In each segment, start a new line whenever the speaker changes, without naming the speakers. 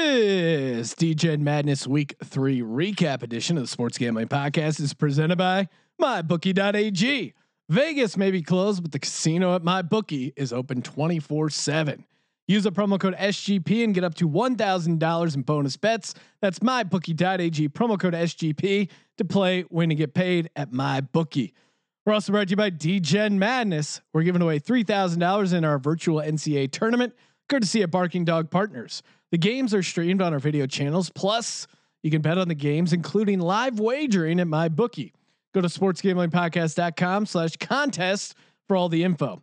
This DJ Madness Week 3 recap edition of the Sports Gambling Podcast is presented by MyBookie.ag. Vegas may be closed, but the casino at MyBookie is open 24 7. Use the promo code SGP and get up to $1,000 in bonus bets. That's MyBookie.ag, promo code SGP to play, win, and get paid at MyBookie. We're also brought to you by DGen Madness. We're giving away $3,000 in our virtual NCAA tournament, courtesy of Barking Dog Partners. The games are streamed on our video channels. Plus, you can bet on the games, including live wagering at my bookie. Go to sportsgamblingpodcast.com slash contest for all the info.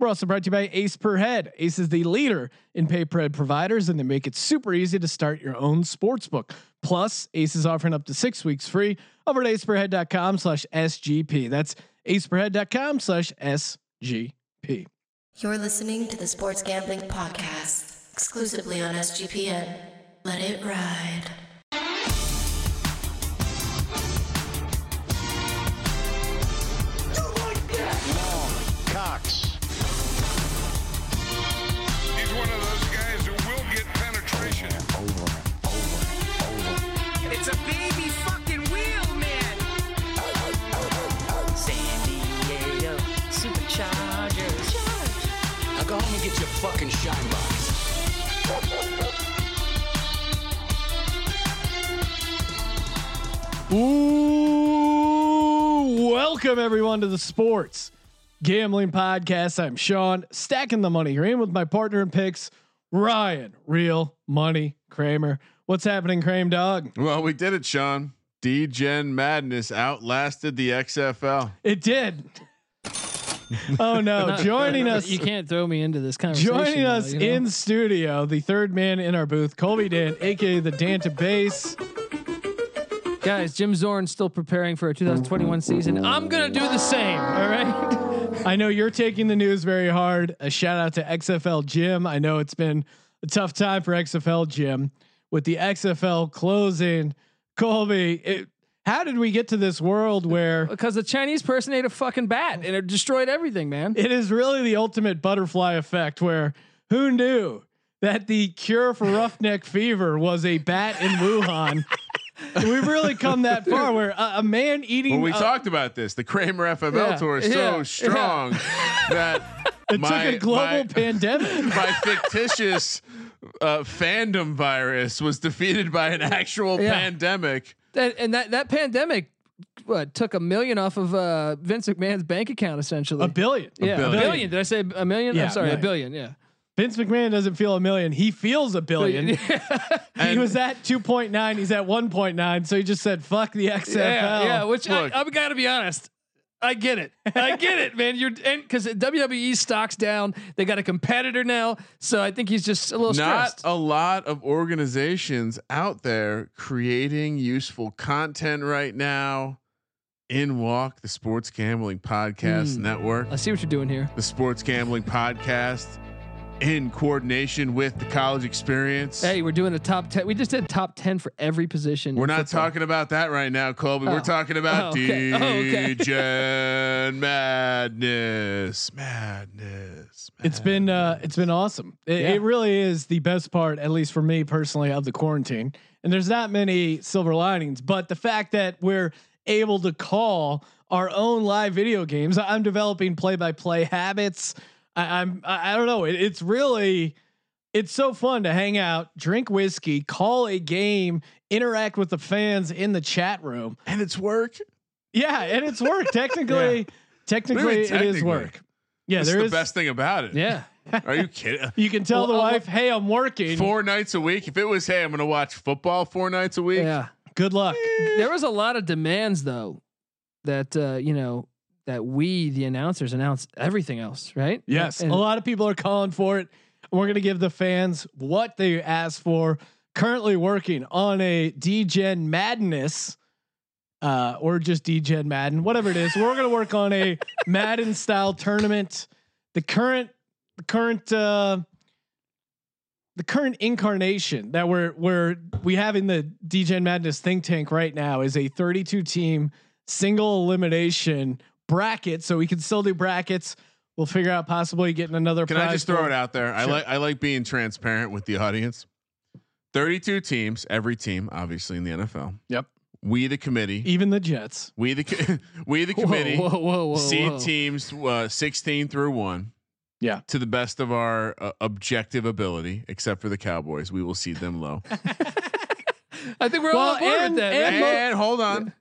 We're also brought to you by Ace Per Head. Ace is the leader in pay per head providers, and they make it super easy to start your own sports book. Plus, Ace is offering up to six weeks free over at aceperhead.com slash SGP. That's aceperhead.com slash SGP.
You're listening to the Sports Gambling Podcast, exclusively on SGPN. Let it ride.
Long, Cox.
He's one of those guys who will get penetration.
It's a baby fucking wheel, man. San Diego Superchargers.
Now go home and get your fucking shine box.
Ooh, welcome everyone to the Sports Gambling Podcast. I'm Sean, stacking the money here in with my partner in picks, Ryan, real money Kramer. What's happening, Crame Dog?
Well, we did it, Sean. D-Gen Madness outlasted the XFL.
It did. Oh no, joining us
You can't throw me into this conversation.
joining
though,
us
you know?
in studio, the third man in our booth, Colby Dan, aka the Danta Base.
guys, Jim Zorn's still preparing for a 2021 season. uh, I'm gonna do the same. All right.
I know you're taking the news very hard. A shout out to XFL Jim. I know it's been a tough time for XFL Jim with the XFL closing. Colby, it, how did we get to this world where
Because the Chinese person ate a fucking bat and it destroyed everything, man.
it is really the ultimate butterfly effect? Where who knew that the cure for roughneck fever was a bat in Wuhan? We've really come that far where a, a man eating
Well, we
a-
talked about this. The Kramer FML
Oh. Yeah,
tour is
yeah,
so strong that
it took a global
my,
pandemic.
my fictitious uh, fandom virus was defeated by an actual
Yeah.
pandemic.
That, and that that pandemic what, took a million off of uh, Vince McMahon's bank account essentially.
A billion.
yeah, a
billion.
billion. Did I say a million?
Yeah,
I'm sorry,
million.
a billion. Yeah.
Vince McMahon doesn't feel a million. He feels a billion.
yeah,
he
And-
was at 2.9 he's at 1.9 so he just said fuck the xfl
yeah. Which
Look.
I, I've got to be honest. I get it. I get it, man. You're and because WWE E stocks down, they got a competitor now, so I think he's just a little
Not
stressed.
a lot of organizations out there creating useful content right now. In Walk, the Sports Gambling
Hmm.
Podcast Network.
I see what you're doing here.
the Sports Gambling Podcast in coordination with the college experience.
Hey, we're doing a top ten. We just did top ten for every position. in
We're not
football.
talking about that right now, Colby.
Oh.
We're talking about
Oh, okay. Oh, okay.
DJ Madness. Madness.
it's been uh it's been awesome it,
Yeah.
it really is the best part at least for me personally of the quarantine and there's not many silver linings but the fact that we're able to call our own live video games I- i'm developing play-by-play habits I, i'm I, I don't know it, it's really it's so fun to hang out drink whiskey call a game interact with the fans in the chat room
and it's work.
Yeah, and it's work. Technically, technically,
What do you mean
it is
technically?
work. Yeah,
That's
there
the
is.
best thing about it.
Yeah,
Are you kidding?
You can tell the
Well, I'll-
wife, "Hey, I'm working.
Four nights a week. If it was, hey, I'm going to watch football four nights a week.
yeah.
Good luck."
There was a lot of demands though, that uh, you know that we the announcers announced everything else, right?
Yes,
And-
a lot of people are calling for it. We're gonna give the fans what they asked for. Currently working on a DGen Madness, uh, or just DGen Madden, whatever it is. We're gonna work on a Madden style tournament. The current, the current, uh, the current incarnation that we're we're we have in the DGen Madness think tank right now is a 32 team single elimination bracket. So we can still do brackets. We'll figure out possibly getting another.
Can I just throw it out there? I like I like being transparent with the audience. 32 teams, every team, obviously in the NFL.
Yep.
We the committee.
Even the Jets.
We the co- we the committee.
E Whoa, whoa, whoa, whoa.
seed
whoa.
teams uh, 16 through 1
Yeah.
to the best of our uh, objective ability except for the cowboys we will seed them low
I think we're all
Well,
on board
and-
with that.
and-
right?
and hold on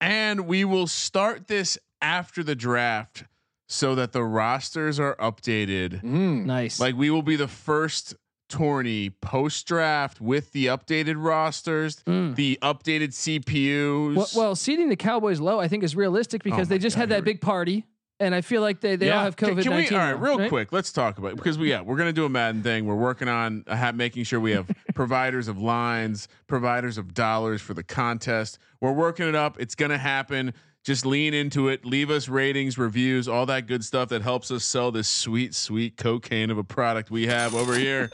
and we will start this after the draft so that the rosters are updated
Mm.
Nice.
like we will be the first tourney post draft with the updated rosters
Mm.
the updated cpus
Well, well, seating the Cowboys low, I think, is realistic because
Oh my
they just
God,
had
here
that
we-
big party, and I feel like they, they all have
Can-
COVID
Can, we?
nineteen.
All right, real quick, let's talk about it because we yeah we're gonna do a Madden thing. We're working on uh, ha- making sure we have providers of lines, providers of dollars for the contest. We're working it up. It's gonna happen. Just lean into it. Leave us ratings, reviews, all that good stuff that helps us sell this sweet, sweet cocaine of a product we have over here.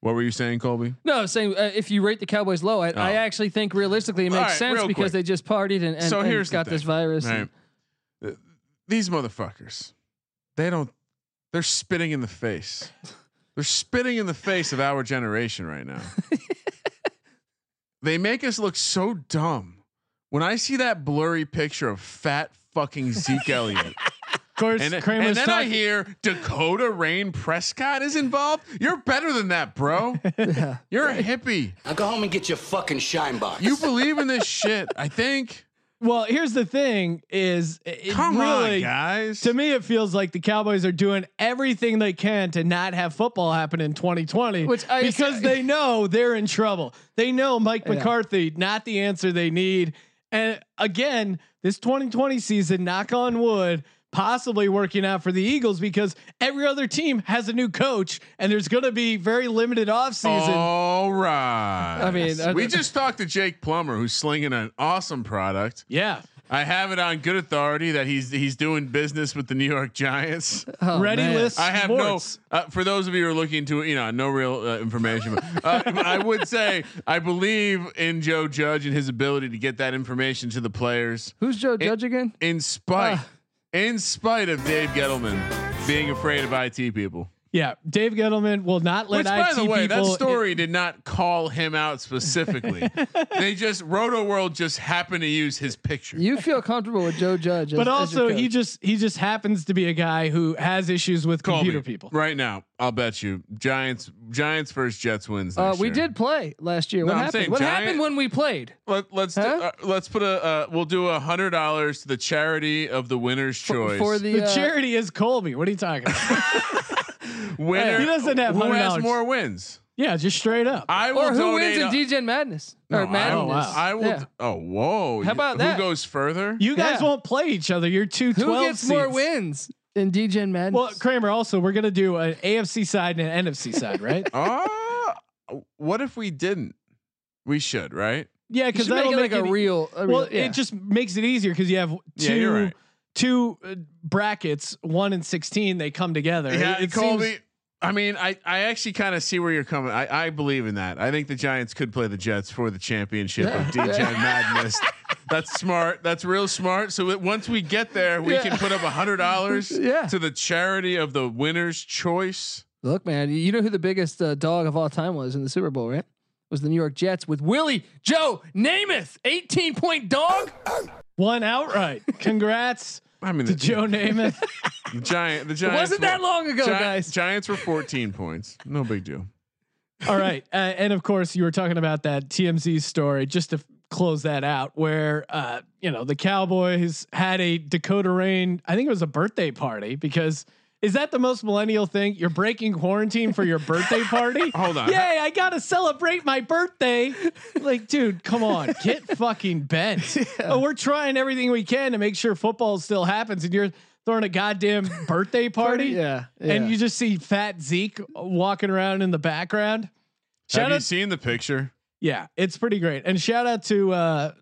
what were you saying, Colby?
No, I was saying uh, if you rate the Cowboys low, I, I
Oh.
actually think realistically it
All
makes
right,
sense
real
because
quick.
they just partied and, and,
So
and
here's the
got this
thing,
virus.
Right.
and-
Th- These motherfuckers, they don't. They're spitting in the face. They're spitting in the face of our generation right now. they make us look so dumb. When I see that blurry picture of fat fucking Zeke Elliott,
Of course,
and, and
Kramer's
then I
talking-
hear Dakota Rain Prescott is involved, you're better than that, bro. You're a hippie.
Now go home and get your fucking shine box.
You believe in this shit. I think.
Well, here's the thing: is it it
Come on,
really
guys.
to me it feels like the Cowboys are doing everything they can to not have football happen in 2020,
Which I-
because they know they're in trouble. They know Mike
Yeah.
McCarthy not the answer they need. And again, this 2020 season, knock on wood, possibly working out for the Eagles because every other team has a new coach, and there's going to be very limited offseason.
All right.
I mean, uh, are
we
the-
just talked to Jake Plummer, who's slinging an awesome product.
Yeah,
I have it on good authority that he's he's doing business with the New York Giants.
Oh,
ready
man.
list.
I have
sports.
no. Uh, for those of you who are looking to, you know, no real uh, information. But, uh, I would say I believe in Joe Judge and his ability to get that information to the players,
Who's Joe Judge again?
in spite,
Ah.
in spite of Dave Gettleman being afraid of IT people.
Yeah, Dave Gettleman will not let
Which,
IT
by the way, that
people.
story did not call him out specifically. they just Roto World just happened to use his picture.
You feel comfortable with Joe Judge, as,
but
as your
also he
coach.
just he just happens to be a guy who has issues with
Call
computer
me
people.
right now. I'll bet you Giants Giants first Jets wins.
Uh,
next
we
year.
did play last year.
No,
what
I'm
happened?
saying
What
Giant-
happened when we played?
Let, let's do,
Huh?
uh, let's put a uh, we'll do a hundred dollars to the charity of the winner's choice
for the,
The
uh,
charity is Colby. What are you talking about?
winner.
He doesn't have
who has
$100.
more wins.
yeah, just straight up.
I will
or who wins
donate.
in
a-
DGen Madness
No,
or Madness?
I, will- I will.
Yeah.
Oh, whoa!
How about that?
Who goes further?
you guys
yeah.
won't play each other. You're two
Who
12
gets more
seeds.
wins in DGen Madness?
Well, Kramer, also, we're going to do an AFC side and an NFC side, right?
Ah, what if we didn't? We should, right?
yeah,
You
because
should make
that'll
it like
make
a
it- e-
real. a
Well,
real- yeah.
it just makes it easier because you have two
Yeah, you're right.
two uh, brackets, one and sixteen. They come together.
Yeah,
it, it
Colby.
seems-
I mean, I, I actually kind of see where you're coming. I, I believe in that. I think the Giants could play the Jets for the championship of DJ Madness. That's smart. That's real smart. So it, once we get there, we can put up a hundred dollars
Yeah.
to the charity of the winner's choice.
Look, man, you know who the biggest uh, dog of all time was in the Super Bowl, right? Was the New York Jets with Willie Joe Namath, eighteen point dog.
one outright. Congrats
I mean,
to
the,
Joe Namath.
the Giant. The Giants.
Wasn't that
were-
long ago,
Gi-
guys?
Giants were 14 points. No big deal.
All right, uh, and of course you were talking about that TMZ story. Just to f- close that out, where uh, you know the Cowboys had a Dakota Rain. I think it was a birthday party because is that the most millennial thing? You're breaking quarantine for your birthday party?
Hold on.
Yay! I gotta celebrate my birthday. Like, dude, come on, get fucking bent. Oh, we're trying everything we can to make sure football still happens, and you're throwing a goddamn birthday party.
Yeah,
And
yeah.
you just see fat Zeke walking around in the background. Shout
Have
out,
you seen the picture?
yeah, it's pretty great. And shout out to uh,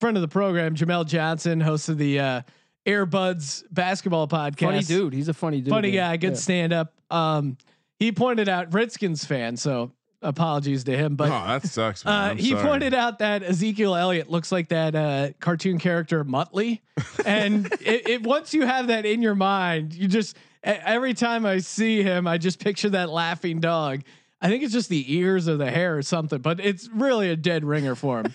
friend of the program, Jamel Johnson, host of the uh, Airbuds basketball podcast.
Funny dude. He's a funny dude.
funny
man.
guy, good
Yeah.
stand up. Um, he pointed out Redskins fan, so apologies to him, but.
oh, that sucks. Man.
Uh,
I'm
he
sorry.
pointed out that Ezekiel Elliott looks like that uh, cartoon character Muttley, and it, it once you have that in your mind, you just e- every time I see him, I just picture that laughing dog. I think it's just the ears or the hair or something, but it's really a dead ringer for him.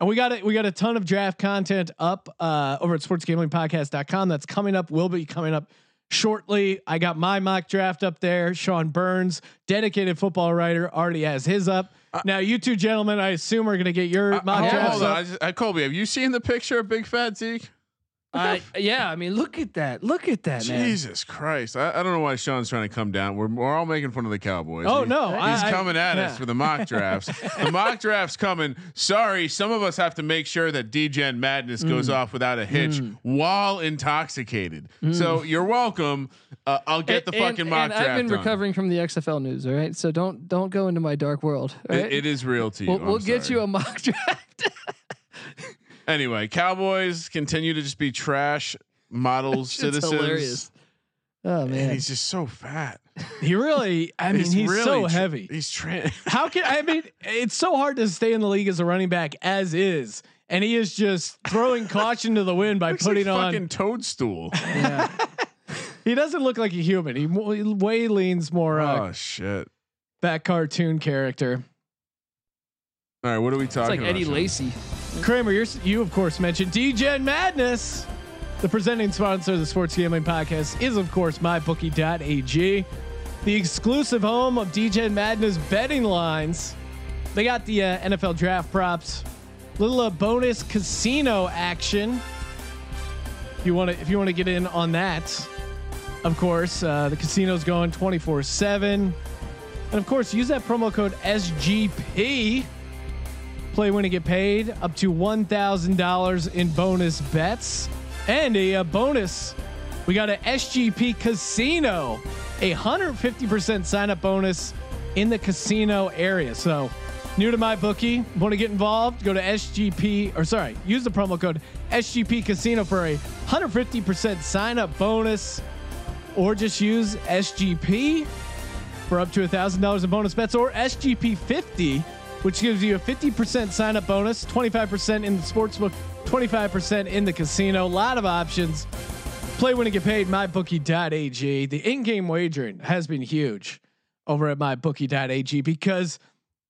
and we got it. We got a ton of draft content up uh, over at sportsgamblingpodcast.com. That's coming up. Will be coming up shortly. I got my mock draft up there. Sean Burns, dedicated football writer, already has his up. now you two gentlemen, I assume, are going to get your
I,
mock
Uh, hold,
drafts
hold
up.
on. I just, I, Colby, have you seen the picture of Big Fat Zeke?
I yeah, I mean, look at that. Look at that, man.
Jesus Christ! I, I don't know why Sean's trying to come down. We're, we're all making fun of the Cowboys.
Oh,
He-
no,
he's
I- I-
coming at
yeah.
us for the mock drafts. the mock drafts coming. Sorry, some of us have to make sure that DGen Madness
Mm.
goes off without a hitch while intoxicated. So you're welcome. Uh, I'll get the
Mm. And-
fucking mock
and
draft.
I've been
done.
recovering from the XFL news, all right? So don't don't go into my dark world. all
It-
right?
it is real to you.
we'll
I'm
we'll get
sorry.
you a mock draft.
Anyway, Cowboys continue to just be trash models, citizens.
hilarious. oh
And
man.
he's just so fat.
He really, I mean, he's, so
really tra-
heavy.
He's tra-
How can I mean? It's so hard to stay in the league as a running back as is, and he is just throwing caution to the wind by
looks like
putting on.
fucking toadstool.
He doesn't look like a human. He mo- he way leans more uh,
oh shit!
that cartoon character.
All right, what are we talking?
It's like
about,
Eddie
Sean?
Lacy.
Kramer, you're, s- you of course mentioned DGen Madness. The presenting sponsor of the Sports Gambling Podcast is, of course, MyBookie.ag, the exclusive home of DGen Madness betting lines. They got the uh, NFL draft props, little uh, bonus casino action. If you want to, if you want to get in on that, of course, uh, the casino's going 24 seven, and of course, use that promo code SGP. Play when you get paid up to $1,000 in bonus bets and a, uh, bonus. We got a SGP casino, a 150% sign up bonus in the casino area. So, new to my bookie, want to get involved? Go to SGP or sorry, use the promo code SGP casino for a 150% sign up bonus or just use SGP for up to $1,000 in bonus bets or SGP50, which gives you a 50% sign up bonus, 25% in the sportsbook, 25% in the casino. A lot of options. Play when you get paid. MyBookie.ag. The in game wagering has been huge over at MyBookie.ag because,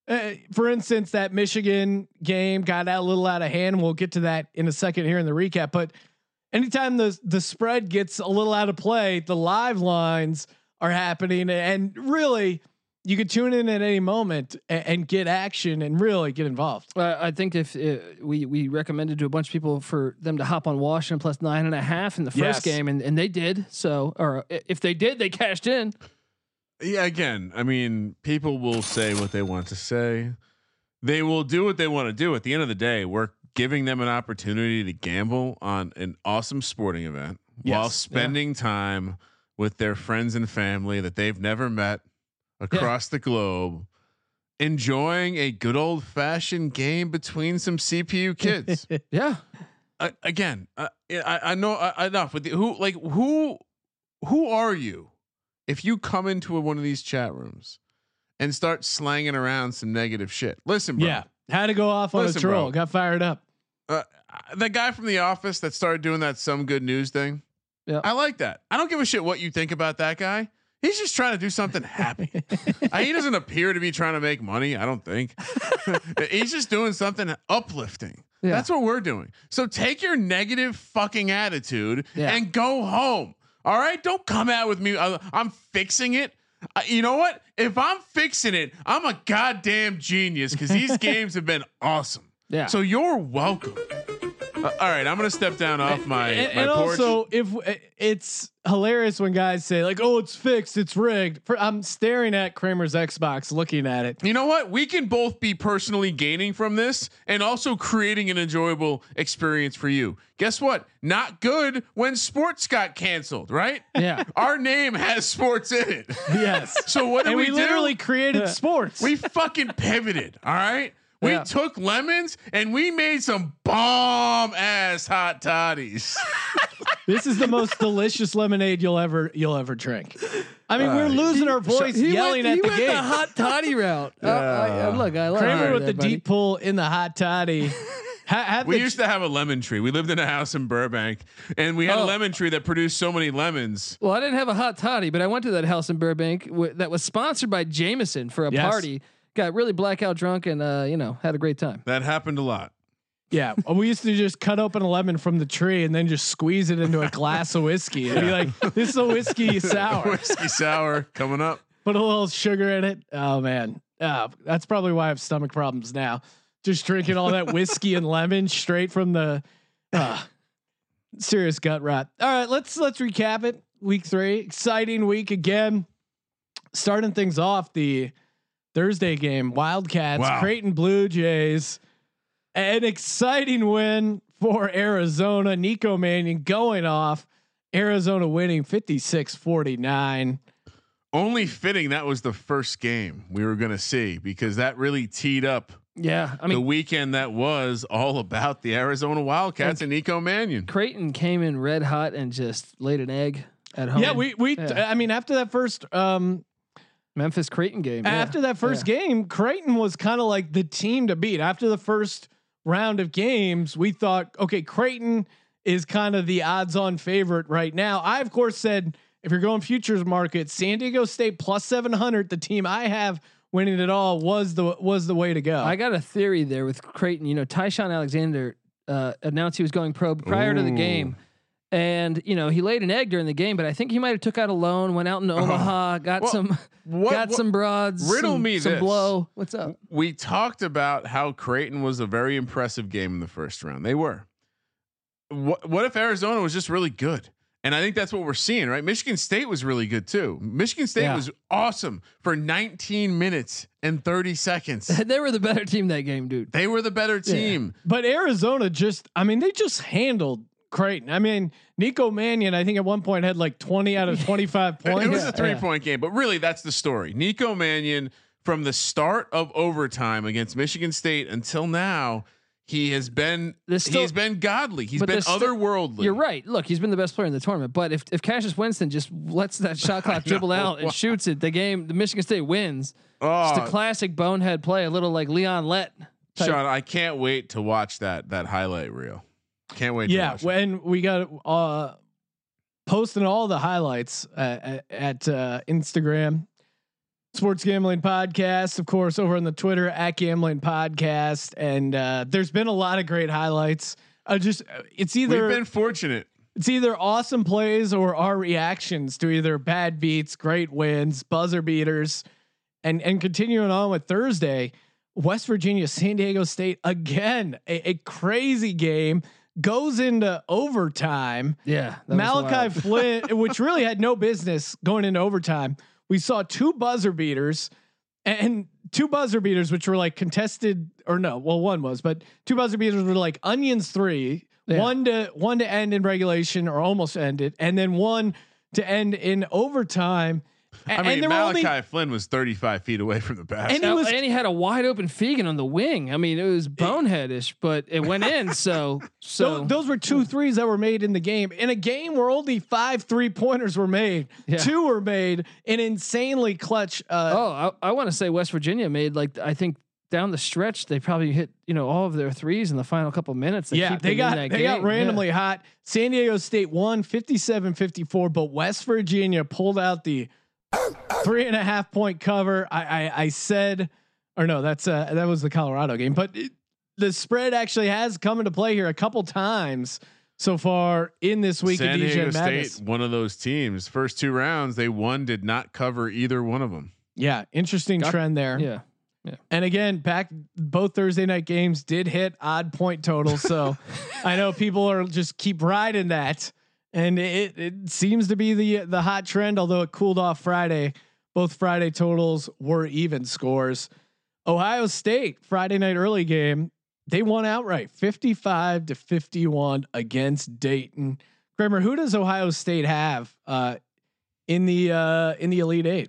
uh, for instance, that Michigan game got out a little out of hand. We'll get to that in a second here in the recap. But anytime the the spread gets a little out of play, the live lines are happening, and really, you could tune in at any moment and, and get action and really get involved.
Uh, I think if uh, we we recommended to a bunch of people for them to hop on Washington plus nine and a half in the
Yes.
first game, and, and they did. So, or i- if they did, they cashed in.
Yeah, again, I mean, people will say what they want to say. They will do what they want to do. At the end of the day, we're giving them an opportunity to gamble on an awesome sporting event while
Yes.
spending time with their friends and family that they've never met across the globe, enjoying a good old fashioned game between some CPU kids.
Yeah,
I, again, I, I I know I, enough with the, who like who who are you if you come into one of these chat rooms and start slanging around some negative shit. Listen, bro.
Yeah, had to go off on
Listen,
a troll,
bro.
got fired up.
Uh, the guy from the office that started doing that some good news thing.
Yeah.
I like that. I don't give a shit what you think about that guy. He's just trying to do something happy. Uh, he doesn't appear to be trying to make money. I don't think. He's just doing something uplifting.
Yeah.
That's what we're doing. So take your negative fucking attitude
Yeah.
and go home. All right. Don't come out with me. uh, I'm fixing it. Uh, you know what? If I'm fixing it, I'm a goddamn genius because these games have been awesome.
Yeah.
So you're welcome. Uh, all right, I'm gonna step down off my
and,
my
and
porch.
also if uh, it's hilarious when guys say like oh it's fixed it's rigged For- i'm staring at kramer's xbox looking at it
you know what? We can both be personally gaining from this and also creating an enjoyable experience for you. Guess what? Not good when sports got canceled, right?
yeah.
Our name has sports in it.
yes
So what do
and
we,
we, literally
do?
created sports
We fucking pivoted, all right? We
Yeah.
took lemons and we made some bomb ass hot toddies.
this is the most delicious lemonade you'll ever you'll ever drink i mean we're losing our voice
He
yelling
went, he
at the
went
game
the hot toddy route. Uh, I- I- look, I love
kramer
that,
with the
buddy.
deep pull in the hot toddy Ha- have
We
the-
used to have a lemon tree. We lived in a house in Burbank, and we had
Oh.
a lemon tree that produced so many lemons.
Well, I didn't have a hot toddy, but I went to that house in Burbank w- that was sponsored by Jameson for a
Yes.
party. Got really blackout drunk and uh, you know had a great time.
That happened a lot.
yeah, we used to just cut open a lemon from the tree and then just squeeze it into a glass of whiskey and be like, "This is a whiskey sour."
Whiskey sour coming up.
Put a little sugar in it. Oh man, uh, that's probably why I have stomach problems now. Just drinking all that whiskey and lemon straight from the uh, serious gut rot. All right, let's let's recap it. Week three, exciting week again. Starting things off, the Thursday game, Wildcats,
Wow.
Creighton Blue Jays. An exciting win for Arizona. Nico Mannion going off. Arizona winning 56 49.
Only fitting that was the first game we were going to see because that really teed up
Yeah, I
the
mean
weekend that was all about the Arizona Wildcats and Nico Mannion.
Creighton came in red hot and just laid an egg at home.
Yeah, we we
Oh, Yeah.
I mean after that first um
Memphis Creighton game yeah.
after that first game, Creighton was kind of like the team to beat. After the first round of games, we thought, okay, Creighton is kind of the odds-on favorite right now. I of course said if you're going futures market, San Diego State plus 700, the team I have winning it all was the was the way to go.
Oh.
I got a theory there with Creighton. You know, Tyshawn Alexander uh, announced he was going pro prior to the
Ooh.
game, and you know he laid an egg during the game, but I think he might have took out a loan, went out in Omaha, got
Uh-huh. Well,
some,
what-
got
what-
some broads,
riddle
some,
me
some
this.
blow. What's up?
We talked about how Creighton was a very impressive game in the first round. They were. What, what if Arizona was just really good? And I think that's what we're seeing, right? Michigan State was really good too. Michigan State
Yeah.
was awesome for 19 minutes and 30 seconds.
they were the better team that game, dude.
They were the better team.
But Arizona just, I mean, they just handled Creighton. I mean, Nico Mannion, I think at one point had like 20 out of 25 points.
It was a three
yeah.
point game, but really that's the story. Nico Mannion from the start of overtime against Michigan State until now, he has been
There's still-
he's been godly. He's
but
been
there's still-
otherworldly.
You're right. Look, he's been the best player in the tournament. But if, if Cassius Winston just lets that shot clock dribble
know.
out and shoots it, the game, the Michigan State wins. Just
Oh,
a classic bonehead play, a little like Leon Lett. type.
Sean, I can't wait to watch that that highlight reel. Can't wait.
yeah,
to watch it.
when we got uh, posting all the highlights uh, at uh, Instagram, Sports Gambling Podcast, of course, over on the Twitter at Gambling Podcast, and uh, there's been a lot of great highlights. I just uh, it's either
we've been fortunate.
it's either awesome plays or our reactions to either bad beats, great wins, buzzer beaters, and and continuing on with Thursday, West Virginia, San Diego State again, a, a crazy game goes into overtime.
Yeah, that was
Malachi
wild.
Flynn, which really had no business going into overtime. We saw two buzzer beaters and- and two buzzer beaters, which were like contested or no, well, one was, but two buzzer beaters were like onions three,
Yeah.
one to one to end in regulation or almost end it, and then one to end in overtime. A-
I mean,
and there were
Malachi
only
Flynn was 35 feet away from the basket.
And he
Now,
was- Eh.
and he had a wide open Fegan on the wing. I mean, it was boneheadish, but it went in. So, so
Tho- those were two threes that were made in the game. In a game where only five three pointers were made,
Yeah.
two were made, an insanely clutch uh,
oh, I, I want to say West Virginia made like I think down the stretch they probably hit you know all of their threes in the final couple minutes. that
yeah,
keep
they
them in
got they
that
got
game.
randomly hot. San Diego State won 57-54, but West Virginia pulled out the three and a half point cover. I I, I said, or no, that's uh, that was the Colorado game, but it, the spread actually has come into play here a couple times so far in this week
San
of DJ
Diego
Madness.
State, one of those teams. First two rounds, they one did not cover either one of them.
Yeah, interesting
Got-
trend
Yeah.
there.
yeah.
And again, back both Thursday night games did hit odd point totals. So I know people are just keep riding that. And it, it seems to be the the hot trend, although it cooled off Friday. Both Friday totals were even scores. Ohio State Friday night early game, they won outright 55 to 51 against Dayton. Kramer, who does Ohio State have uh, in the uh, in the Elite Eight?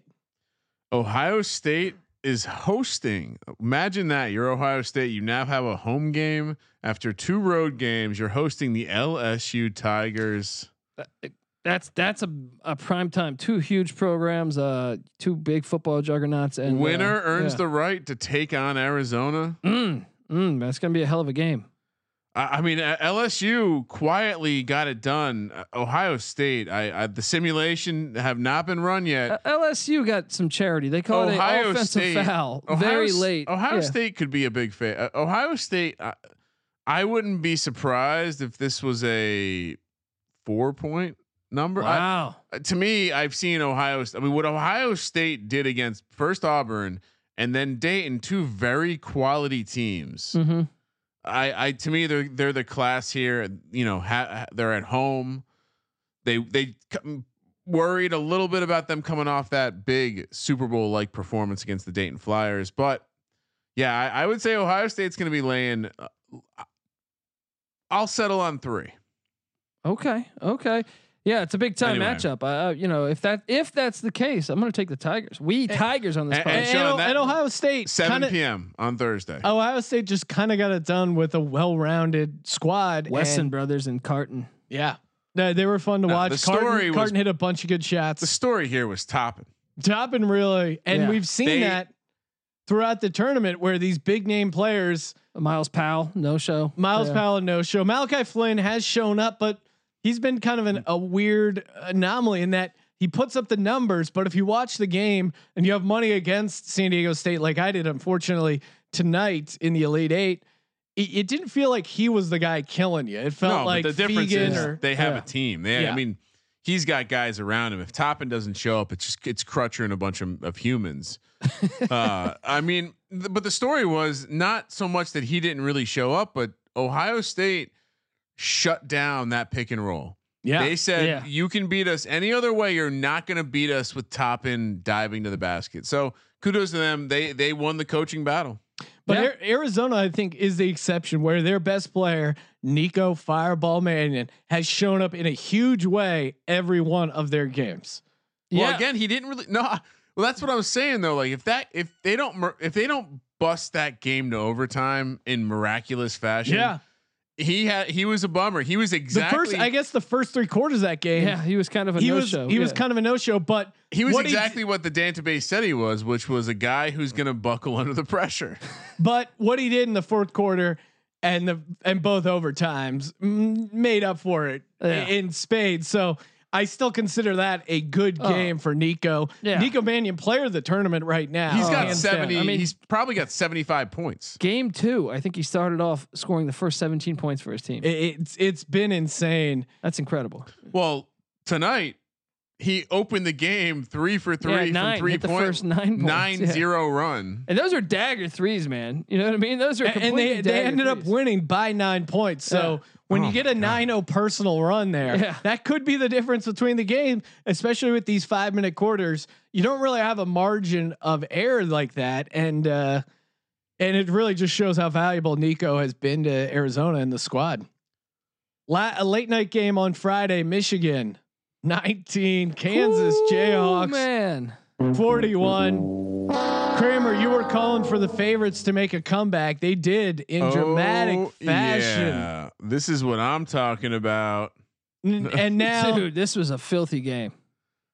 Ohio State is hosting. Imagine that. You're Ohio State. You now have a home game after two road games. You're hosting the LSU Tigers.
That's that's a a prime time. Two huge programs, uh, two big football juggernauts, and
Winner
uh,
earns
yeah.
the right to take on Arizona.
Mm, mm, that's gonna be a hell of a game.
I, I mean, uh, LSU quietly got it done. Uh, Ohio State, I, I the simulation have not been run
Uh,
yet.
LSU got some charity. They call it an
Ohio
offensive
State,
foul.
Ohio
very
S-
late.
Ohio
Yeah.
State could be a big fan. Uh, Ohio State, I, I wouldn't be surprised if this was a four point number. I-
Wow.
to me, I've seen Ohio. St- I mean, what Ohio State did against first Auburn and then Dayton, two very quality teams.
Mm-hmm.
I, I, to me, they're they're the class here. You know, ha, they're at home. They they c- worried a little bit about them coming off that big Super Bowl like performance against the Dayton Flyers, but yeah, I, I would say Ohio State's going to be laying. uh, I'll settle on three.
Okay. Okay. Yeah, it's a big time
Anyway.
matchup. I, I, you know, if that if that's the case, I'm going to take the Tigers. We Tigers on this
and-
podcast.
And,
Sean,
and O-
that-
and Ohio State,
7
kinda, Oh.
p.m. on Thursday.
Ohio State just kind of got it done with a well-rounded squad.
Wesson
and-
brothers and Carton.
yeah, no, they were fun to
No,
watch.
the
Carton,
story was-
Carton hit a bunch of good shots.
the story here was topping.
Topping really, and
Yeah.
we've seen
They-
that throughout the tournament where these big name players,
Miles Powell, no show.
Miles
Yeah.
Powell, no show. Malachi Flynn has shown up, but he's been kind of an, a weird anomaly in that he puts up the numbers. But if you watch the game and you have money against San Diego State, like I did, unfortunately tonight in the Elite Eight. It it didn't feel like he was the guy killing you. It felt
but
like
the difference
Fegan
is
or
they have
yeah.
a team. They,
Yeah.
I mean, he's got guys around him. If Toppin doesn't show up, it's just it's Crutcher and a bunch of, of humans. uh, I mean, th- but the story was not so much that he didn't really show up, but Ohio State shut down that pick and roll.
yeah,
They said
Yeah.
you can beat us any other way. You're not going to beat us with Toppin diving to the basket. So kudos to them. They they won the coaching battle.
But
Yeah.
Ar- Arizona, I think, is the exception where their best player, Nico Fireball Mannion, has shown up in a huge way every one of their games.
Well,
Yeah.
again, he didn't really. No, I- well, that's what I was saying though. Like if that if they don't mir- if they don't bust that game to overtime in miraculous fashion, he had he was a bummer. He was
The
exactly
first, I guess, the first three quarters of that game,
Yeah, he was kind of a
he
no
was
show.
he was kind of a no show. But
he was
what
exactly what the database said he was, which was a guy who's going to buckle under the pressure.
but what he did in the fourth quarter and the and both overtimes mm, made up for it
Yeah.
in spades. So. I still consider that a good
Oh.
game for Nico.
Yeah.
Nico Mannion, player of the tournament right now.
He's got
hands down.
seventy.
Oh, I mean-
he's probably got seventy five points.
game two. I think he started off scoring the first 17 points for his team.
It- it's it's been insane.
That's incredible.
Well, tonight he opened the game three for three
Yeah,
from
nine,
three
hit the
point-
first nine points,
nine
yeah.
zero run.
And those are dagger threes, man. You know what I mean? Those are
A- and
completely
they they
dagger
ended up
threes.
winning by nine points. So when
Oh
you get
my
a 9-0 personal run there,
Yeah.
that could be the difference between the game, especially with these five minute quarters. You don't really have a margin of error like that, and uh, and it really just shows how valuable Nico has been to Arizona and the squad. La- a late night game on Friday, Michigan. 19 Kansas
Ooh,
Jayhawks
Man,
41. Kramer, you were calling for the favorites to make a comeback. They did in dramatic
Oh,
fashion.
yeah. This is what I'm talking about.
N- And now
dude, this was a filthy game.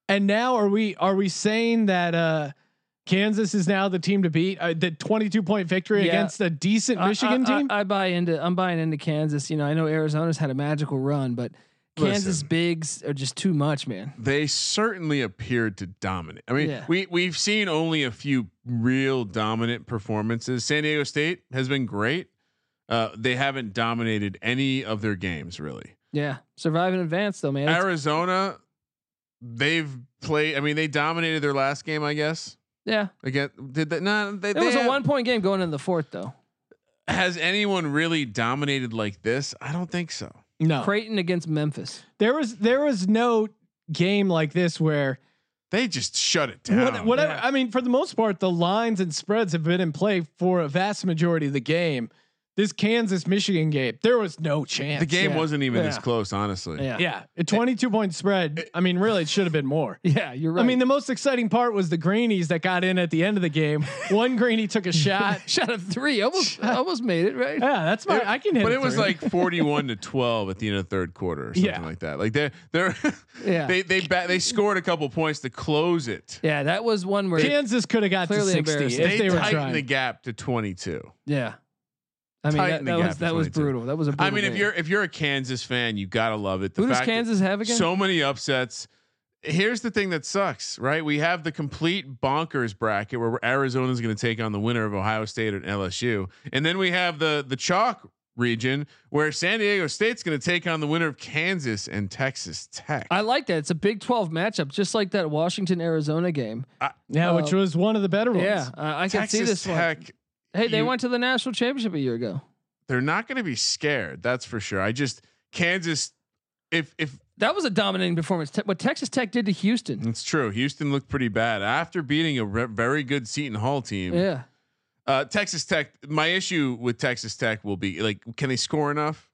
and now are we are we saying that uh Kansas is now the team to beat? Uh, the 22 point victory
Yeah. Uh,
against a decent
I-
Michigan
I, I-
team?
I, buy into. I'm buying into Kansas. You know, I know Arizona's had a magical run, but Kansas
Listen.
bigs are just too much, man.
They certainly appeared to dominate. I mean,
Yeah.
we we've seen only a few real dominant performances. San Diego State has been great. Uh, they haven't dominated any of their games really.
Yeah, survive in advance though, man. It's-
Arizona, they've played. I mean, they dominated their last game, I guess.
yeah,
Again, did that? No, they,
it
they
was
have-
a one point game going into the fourth though.
Has anyone really dominated like this? I don't think so.
no.
Creighton against Memphis.
there was there was no game like this where
They just shut it down.
What, whatever.
Yeah.
I mean, for the most part, the lines and spreads have been in play for a vast majority of the game. This Kansas Michigan game, there was no chance.
the game
yeah.
wasn't even this
Yeah.
close, honestly.
Yeah,
yeah, a 22 point spread. I mean, really, it should have been more.
yeah, you're right.
I mean, the most exciting part was the greenies that got in at the end of the game. One greenie took a shot.
shot a three, almost almost made it right.
Yeah, that's my. I can hit.
but
a
it was
three.
like 41 to 12 at the end of the third quarter or something
Yeah.
like that. Like they they're
Yeah.
they they ba- they scored a couple points to close it.
Yeah, that was one where
Kansas could have got to
Clearly
60 if
embarrassing.
they,
They,
were
tightened
trying.
the gap to 22.
yeah. I mean, that,
Tighten the
that
gap
was
to
that was
22.
brutal. That was a brutal
I mean, if
game.
you're if you're a Kansas fan, you gotta love it. The
who does
fact that
Kansas have again?
So many upsets. Here's the thing that sucks, right? We have the complete bonkers bracket where Arizona's going to take on the winner of Ohio State and LSU, and then we have the the chalk region where San Diego State's going to take on the winner of Kansas and Texas Tech.
I like that. It's a Big Twelve matchup, just like that Washington Arizona game.
Yeah, which
Uh,
was one of the better ones.
Yeah, I, I can
Texas
see this
Tech,
one. Hey, they
you-
went to the national championship a year ago.
they're not going to be scared. That's for sure. I just Kansas, if if
That was a dominating performance. Te- what Texas Tech did to Houston.
it's true, Houston looked pretty bad after beating a re- very good Seton Hall team.
Yeah.
Uh, Texas Tech. My issue with Texas Tech will be like, can they score enough?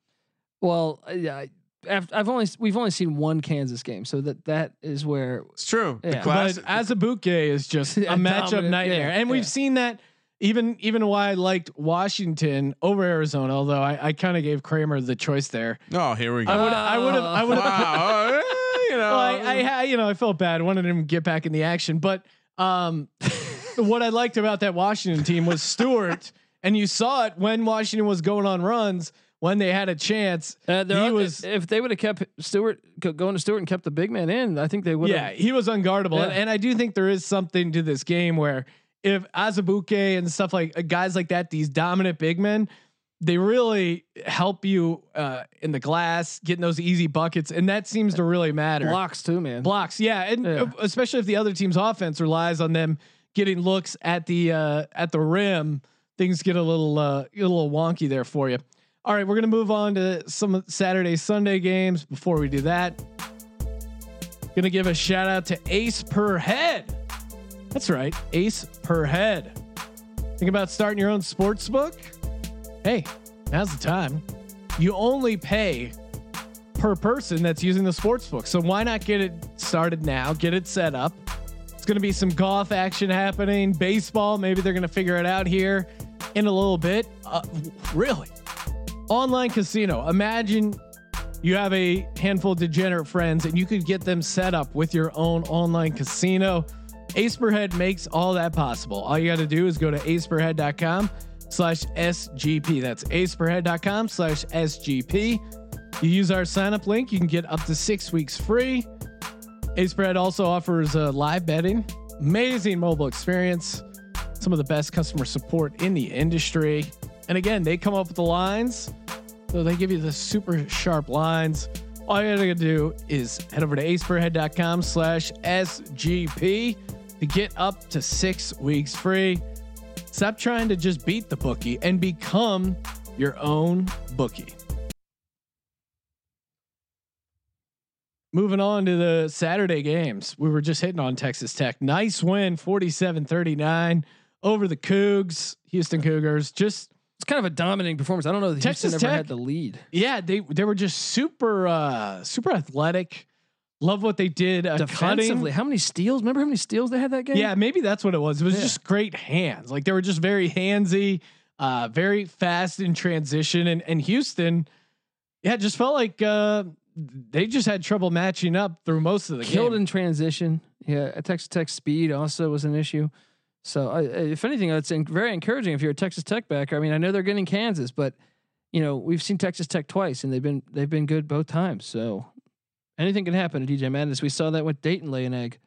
Well, I- yeah. After, I've only we've only seen one Kansas game, so that that is where
It's true. The
Yeah.
class.
But Azabuke is just a
Yeah,
matchup
dominant.
nightmare,
Yeah,
and
yeah.
we've seen that. Even even why I liked Washington over Arizona, although I, I kind of gave Kramer the choice there.
oh, here we go.
I would I would have I would have
wow. eh, you know.
well,
Um,
I, I ha- you know I felt bad. I wanted him to get back in the action, but um, what I liked about that Washington team was Stewart, and you saw it when Washington was going on runs when they had a chance.
uh, there
he
are-
was
If they would have kept Stewart go- going to Stewart and kept the big man in, I think they would.
yeah, he was unguardable,
Yeah.
and, and I do think there is something to this game where if Azabuke and stuff like uh, guys like that, these dominant big men. They really help you uh, in the glass, getting those easy buckets, and that seems to really matter.
blocks too, man.
blocks. Yeah, and uh,
Yeah.
especially if the other team's offense relies on them getting looks at the uh, at the rim, things get a little uh, get a little wonky there for you. All right, we're gonna move on to some of Saturday Sunday games. Before we do that, gonna give a shout out to Ace Per Head. That's right, Ace Per Head. Think about starting your own sports book? Hey, now's the time. You only pay per person that's using the sports book. So why not get it started now? Get it set up. It's going to be some golf action happening, baseball. Maybe they're going to figure it out here in a little bit. Uh, w- really? Online casino. Imagine you have a handful of degenerate friends and you could get them set up with your own online casino. Ace Per Head makes all that possible. All you got to do is go to aceperhead.com slash SGP. That's aceperhead.com slash SGP. You use our sign up link, you can get up to six weeks free. Ace Spread also offers uh, live betting, amazing mobile experience, some of the best customer support in the industry. And again, they come up with the lines, so they give you the super sharp lines. All you gotta do is head over to aceperhead.com slash SGP to get up to six weeks free. Stop trying to just beat the bookie and become your own bookie. Moving on to the Saturday games. We were just hitting on Texas Tech. Nice win, 47-39 over the Cougs, Houston Cougars. Just
It's kind of a dominating performance. I don't know that
Texas
Houston ever
Tech-
had the lead.
yeah, they they were just super uh super athletic. Love what they did uh,
Defensively,
cutting.
how many steals? Remember how many steals they had that game?
Yeah, maybe that's what it was. It was
Yeah.
just great hands. Like they were just very handsy, uh very fast in transition and and Houston yeah, just felt like uh they just had trouble matching up through most of the
killed
game.
in transition. Yeah, a Texas Tech speed also was an issue. So, I, I- if anything, that's en- very encouraging if you're a Texas Tech backer. I mean, I know they're getting Kansas, but you know we've seen Texas Tech twice, and they've been they've been good both times. So, anything can happen to DJ Madness. We saw that with Dayton lay an egg.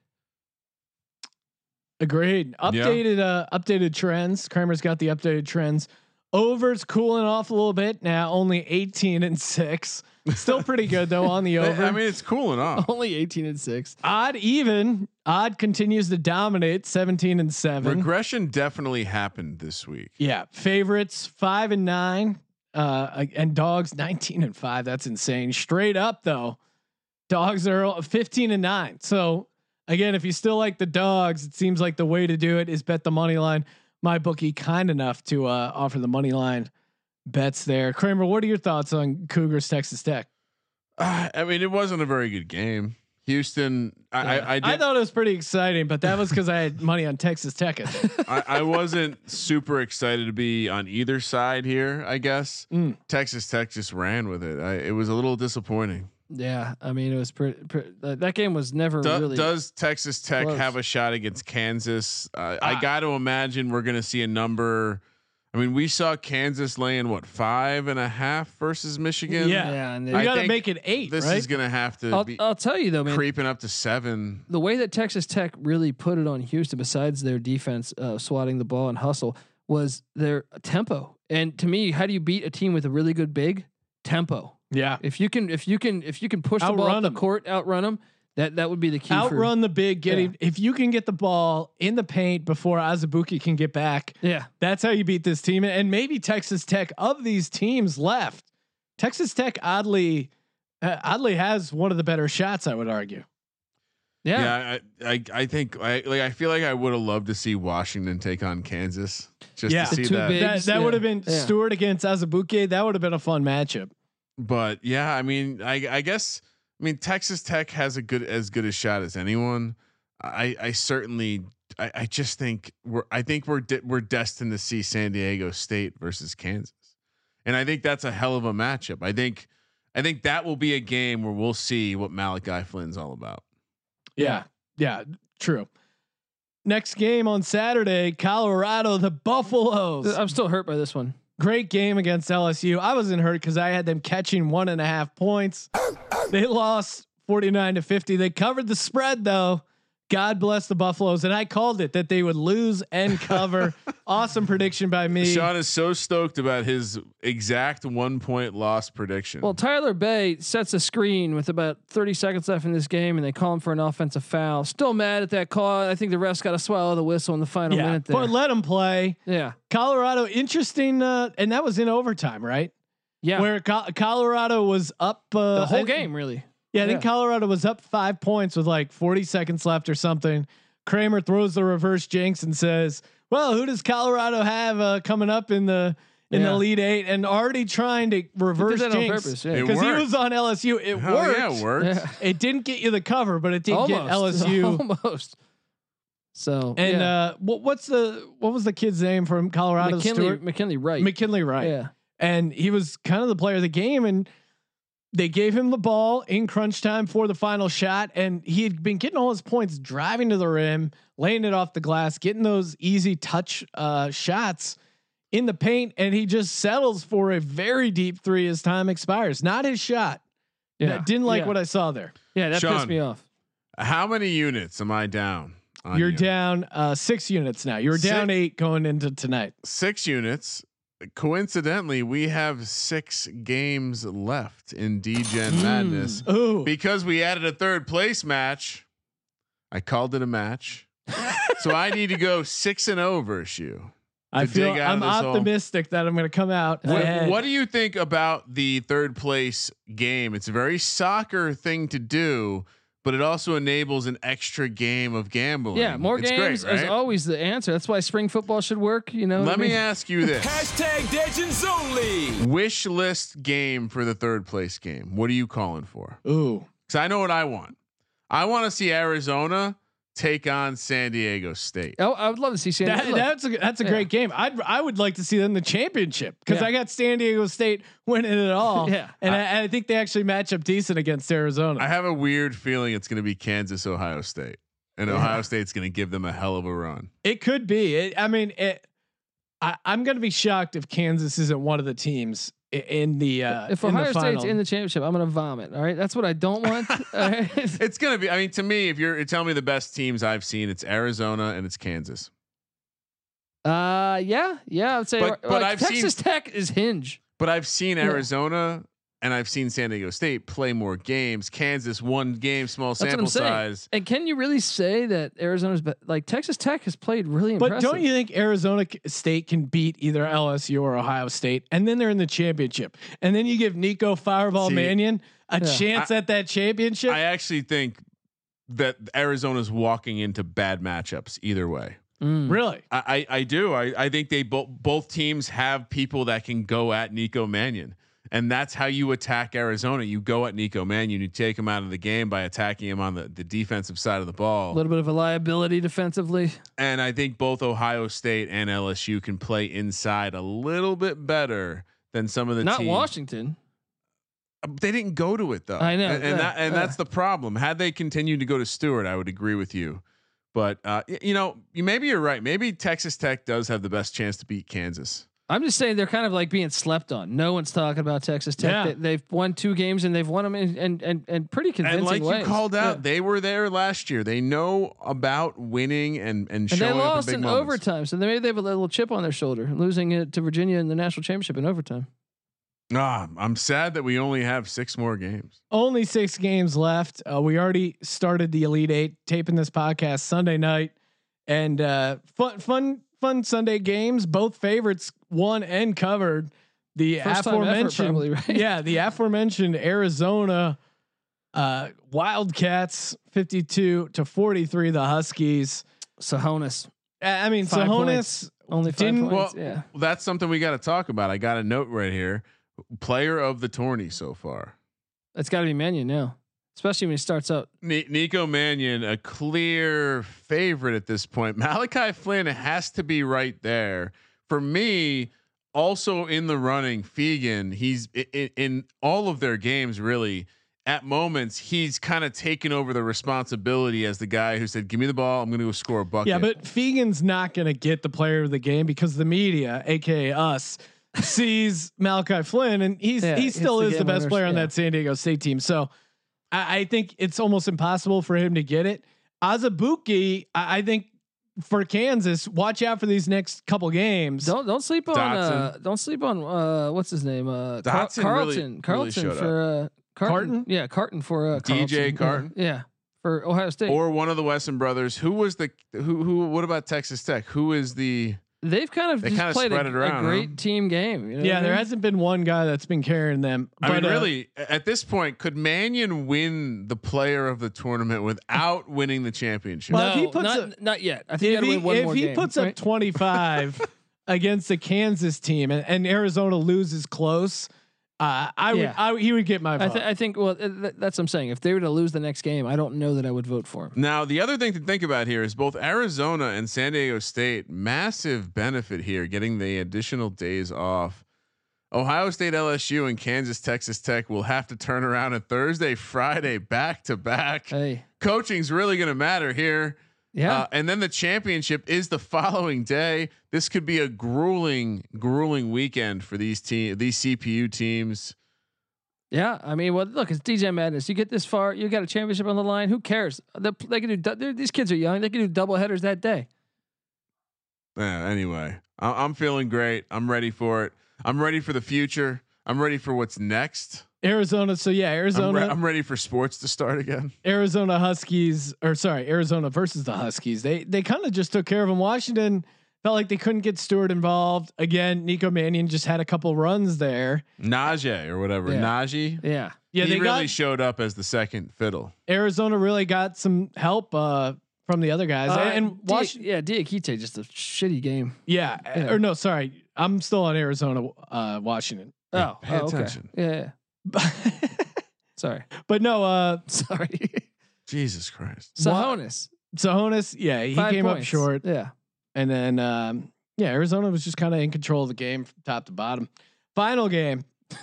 Agreed.
Yeah.
Updated uh updated trends. Kramer's got the updated trends. Overs cooling off a little bit now, only 18 and 6. Still pretty good though on the over.
I mean, it's cool enough.
Only eighteen and six.
odd even. Odd continues to dominate 17 and 7.
Regression definitely happened this week.
yeah. Favorites 5 and 9. Uh and dogs 19 and 5. That's insane. Straight up though. Dogs are 15 and 9. So again, if you still like the dogs, it seems like the way to do it is bet the money line. My bookie kind enough to uh, offer the money line bets there. Kramer, what are your thoughts on Cougars Texas Tech?
Uh, I mean, it wasn't a very good game. Houston, I, I, I, did,
I thought it was pretty exciting, but that was because I had money on Texas Tech. I think.
I, I wasn't super excited to be on either side here. I guess
Mm.
Texas Tech just ran with it. I, it was a little disappointing.
Yeah, I mean it was pretty. pretty that, that game was never
Do-
really.
does Texas Tech
close.
have a shot against Kansas? Uh, I
Ah.
got to imagine we're going to see a number I mean, we saw Kansas laying what five and a half versus Michigan.
Yeah.
Yeah, and they,
You
I
got to
think
make it eight,
this
right?
is gonna have to
I'll,
be
I'll tell you though, man.
creeping up to seven.
the way that Texas Tech really put it on Houston, besides their defense uh, swatting the ball and hustle, was their tempo. And to me, how do you beat a team with a really good big tempo?
yeah.
If you can, if you can, if you can push the ball up
Outrun
the
'em.
court, outrun them. That that would be the key.
Outrun the big. Get him. If you can get the ball in the paint before Azubuki can get back,
For, yeah,
that's how you beat this team. And maybe Texas Tech of these teams left, Texas Tech oddly uh, oddly has one of the better shots. I would argue.
yeah.
Yeah, I, I I think I like I feel like I would have loved to see Washington take on Kansas just
Yeah.
to
The
see
two
that.
big-
That,
Bigs,
that
yeah.
would have been
Yeah.
Stewart against Azubuki. That would have been a fun matchup.
But yeah, I mean, I I guess I mean Texas Tech has a good as good a shot as anyone. I I certainly I, I just think we're I think we're de- we're destined to see San Diego State versus Kansas, and I think that's a hell of a matchup. I think I think that will be a game where we'll see what Malachi Flynn's all about.
Yeah. Yeah. True. Next game on Saturday, Colorado, the Buffaloes.
I'm still hurt by this one.
Great game against LSU. I wasn't hurt because I had them catching one and a half points. They lost 49 to 50. They covered the spread, though. God bless the Buffaloes. And I called it that they would lose and cover. awesome prediction by me.
Sean is so stoked about his exact one point loss prediction.
Well, Tyler Bay sets a screen with about 30 seconds left in this game, and they call him for an offensive foul. Still mad at that call. I think the refs got to swallow the whistle in the final
yeah,
minute there.
but let them play.
yeah,
Colorado, interesting. Uh, and that was in overtime, right?
yeah.
Where Co- Colorado was up uh,
the whole
I-
game, really.
Yeah, I think
Yeah.
Colorado was up five points with like 40 seconds left or something. Kramer throws the reverse jinx and says, "Well, who does Colorado have uh, coming up in the in
Yeah.
the lead eight and already trying to reverse
that on
jinx
purpose, yeah. It
because he
worked.
was on LSU. It
Hell
worked.
yeah, it worked.
Yeah.
It didn't get you the cover, but it did get
almost,
LSU.
almost. So
And
yeah.
uh, what, what's the what was the kid's name from Colorado?
McKinley
Stewart?
McKinley Wright.
McKinley Wright
Yeah,
and he was kind of the player of the game and they gave him the ball in crunch time for the final shot and he had been getting all his points driving to the rim laying it off the glass getting those easy touch uh, shots in the paint and he just settles for a very deep three as time expires not his shot
yeah.
I didn't like
yeah.
what i saw there
Yeah, that
Sean.
pissed me off.
How many units am I down? on
you're
you?
down uh, six units now you're down
Six-
eight going into tonight
six units. Coincidentally, we have six games left in
Hmm.
DGen Madness
Oh.
ooh
because we added a third place match. I called it a match, so I need to go six and zero versus you.
i
to
feel
dig out of
i'm
this hole.
optimistic that i'm going to come out
What,
ahead.
what do you think about the third place game? It's a very soccer thing to do, but it also enables an extra game of gambling.
Yeah, more
It's
games
great,
is
right?
always the answer. That's why spring football should work. You know. what
Let
I mean?
me ask you this.
Hashtag Degens only.
wish list game for the third place game. What are you calling for?
ooh
Because I know what I want. I want to see Arizona take on San Diego State.
Oh, I would love to see San
That,
Diego.
that's a that's a
Yeah.
great game. I'd I would like to see them in the championship because
Yeah.
I got San Diego State winning it all.
Yeah.
and I, and I think they actually match up decent against Arizona.
I have a weird feeling it's going to be Kansas, Ohio State, and Ohio State's going to give them a hell of a run.
it could be. It, I mean, it, I, I'm going to be shocked if Kansas isn't one of the teams i- in the uh,
if
in
Ohio
the
State's
final.
in the championship, I'm gonna vomit. All right, that's what I don't want. all right?
It's going to be. I mean, to me, if you're telling me the best teams I've seen, it's Arizona and it's Kansas.
Uh, yeah, yeah. I'd say,
But-
or-
but
like,
I've seen-
Texas Tech is hinge.
But I've seen
Yeah.
Arizona and I've seen San Diego State play more games. Kansas one game, small
That's what
sample
I'm saying.
size.
And can you really say that Arizona's be- like Texas Tech has played really
but
impressive?
don't you think Arizona c- State can beat either LSU or Ohio State, and then they're in the championship, and then you give Nico Fireball
See,
Mannion a
yeah.
chance at that championship?
I actually think that Arizona's walking into bad matchups either way.
Mm.
really?
I, I, I do. I, I think they both both teams have people that can go at Nico Mannion. And that's how you attack Arizona. You go at Nico Mannion, you take him out of the game by attacking him on the, the defensive side of the
A
ball.
little bit of a liability defensively.
And I think both Ohio State and LSU can play inside a little bit better than some of the
Not
teams.
Washington.
Um, They didn't go to it though.
I know,
and, and
yeah,
that, and
yeah.
that's the problem. Had they continued to go to Stewart, I would agree with you. But uh, y- you know, you, maybe you're right. Maybe Texas Tech does have the best chance to beat Kansas.
I'm just saying they're kind of like being slept on. No one's talking about Texas Tech.
Yeah.
They, they've won two games and they've won them in, and and and pretty convincing
And like
ways.
you called out,
Yeah.
they were there last year. They know about winning and and,
and
showing
they
up
lost
in big
in
moments.
overtime, so they maybe they have a little chip on their shoulder, losing it to Virginia in the national championship in overtime.
Ah, I'm sad that we only have six more games.
Only six games left. Uh, we already started the Elite Eight, taping this podcast Sunday night, and uh, fun, fun, fun Sunday games. Both favorites won and covered. The
First time ever,
aforementioned,
probably, right?
yeah, the aforementioned Arizona uh, Wildcats, fifty-two to forty-three. The Huskies.
Sahonis
I I mean,
Five
Sahonis.
only 5
Didn't-
points.
well,
yeah,
That's something we got to talk about. I got a note right here. Player of the tourney so far.
it's got to be Mannion now, especially when he starts up.
Ni- Nico Mannion, a clear favorite at this point. Malachi Flynn has to be right there for me. Also in the running, Fegan. He's in, in all of their games. Really, at moments, he's kind of taken over the responsibility as the guy who said, "Give me the ball. I'm going to go score a bucket."
Yeah, but Fegan's not going to get the player of the game because the media, aka us, sees Malachi Flynn, and he's
Yeah,
he
hits
still
the
is the
game
best
winners,
player on
yeah.
that San Diego State team. So I, I think it's almost impossible for him to get it. Azabuki, I, I think for Kansas, watch out for these next couple games.
Don't don't sleep on uh, don't sleep on uh, what's his name uh, Car-
Dotson really-
Carlton
really
Carlton
showed up.
for uh, Carton?
Carton?
yeah Carton for uh,
DJ
Carlton.
Carton?
yeah, yeah for Ohio State
or one of the Wesson brothers. Who was the who? Who? What about Texas Tech? Who is the?
they've kind of
They
just
kinda
played
spread
a,
it around,
a great
huh?
team game you know what
yeah,
I
there
mean?
hasn't been one guy that's been carrying them.
I mean,
but, uh,
really, a- at this point, could Mannion win the player of the tournament without winning the championship?
Well, if
no,
he puts
not,
up-
not yet I think
if
gotta
he,
win one
if
more
he
game,
puts up
right?
25 against the Kansas team and, and Arizona loses close, uh, I would
Yeah.
I, he would get my vote.
uh,
I, th- I think well th- th- that's what I'm saying if they were to lose the next game I don't know that I would vote for him
Now, the other thing to think about here is both Arizona and San Diego State massive benefit here, getting the additional days off. Ohio State, LSU, and Kansas, Texas Tech will have to turn around on Thursday, Friday, back to back.
hey
Coaching's really going to matter here.
yeah
Uh, and then the championship is the following day. This could be a grueling, grueling weekend for these team, these CPU teams.
Yeah, I mean, well, look, it's DJ Madness. You get this far, you got a championship on the line. Who cares? They, they can do. du- they're- These kids are young. They can do double headers that day.
Yeah, anyway, I- I'm feeling great. I'm ready for it. I'm ready for the future. I'm ready for what's next.
Arizona. So yeah,
I'm,
Arizona,
re- I'm ready for sports to start again.
Arizona Huskies, or sorry, Arizona versus the Huskies. They they kind of just took care of them. Washington felt like they couldn't get Stewart involved again. Nico Mannion just had a couple runs there.
Najee or whatever.
Yeah.
Najee.
Yeah,
Yeah,
he
they
really
got
showed up as the second fiddle.
Arizona really got some help uh, from the other guys,
Uh,
and, and Washington.
yeah, Diakite just a shitty game.
Yeah,
Yeah.
or no, sorry, I'm still on Arizona, uh, Washington.
Oh,
pay
oh, okay.
attention.
Yeah, yeah.
but
sorry,
no, uh,
sorry.
Jesus Christ.
Sahonis,
Sahonis, yeah, he
five
came up
points.
short.
Yeah,
And then, um, yeah, Arizona was just kind of in control of the game from top to bottom. Final game,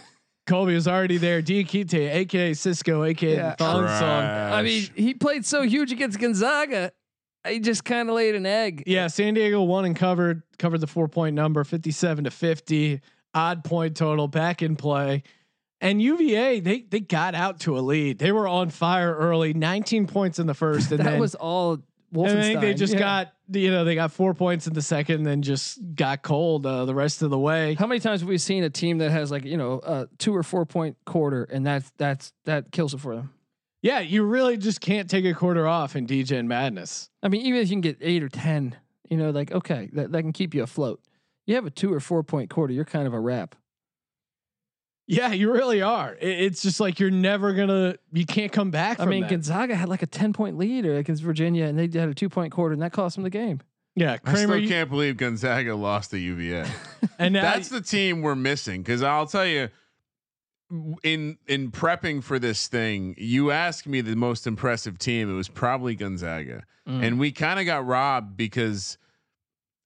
Kobe was already there. Diakite, aka Cisco, aka
Yeah.
the Thong Song.
I mean, he played so huge against Gonzaga. He just kind of laid an egg.
Yeah, San Diego won and covered covered the four point number, fifty seven to fifty. Odd point total, back in play. And UVA, they they got out to a lead. They were on fire early, nineteen points in the first, and
that
then
was all. Wolfenstein.
and I think they just
Yeah.
got you know they got four points in the second, and then just got cold uh, the rest of the way.
How many times have we seen a team that has like you know a two or four point quarter and that's that's that kills it for them?
Yeah, you really just can't take a quarter off in DJ and Madness.
I mean, even if you can get eight or ten, you know, like okay, that, that can keep you afloat. You have a two or four point quarter, you're kind of a wrap.
Yeah, you really are. I- it's just like you're never gonna, you can't come back.
I
From
mean,
that.
Gonzaga had like a ten point lead or against Virginia, and they had a two point quarter, and that cost them the game.
yeah,
I
Kramer,
still
you-
can't believe Gonzaga lost to UVA.
and now
That's the team we're missing. Because I'll tell you, in in prepping for this thing, you asked me the most impressive team. It was probably Gonzaga, and we kind of got robbed because.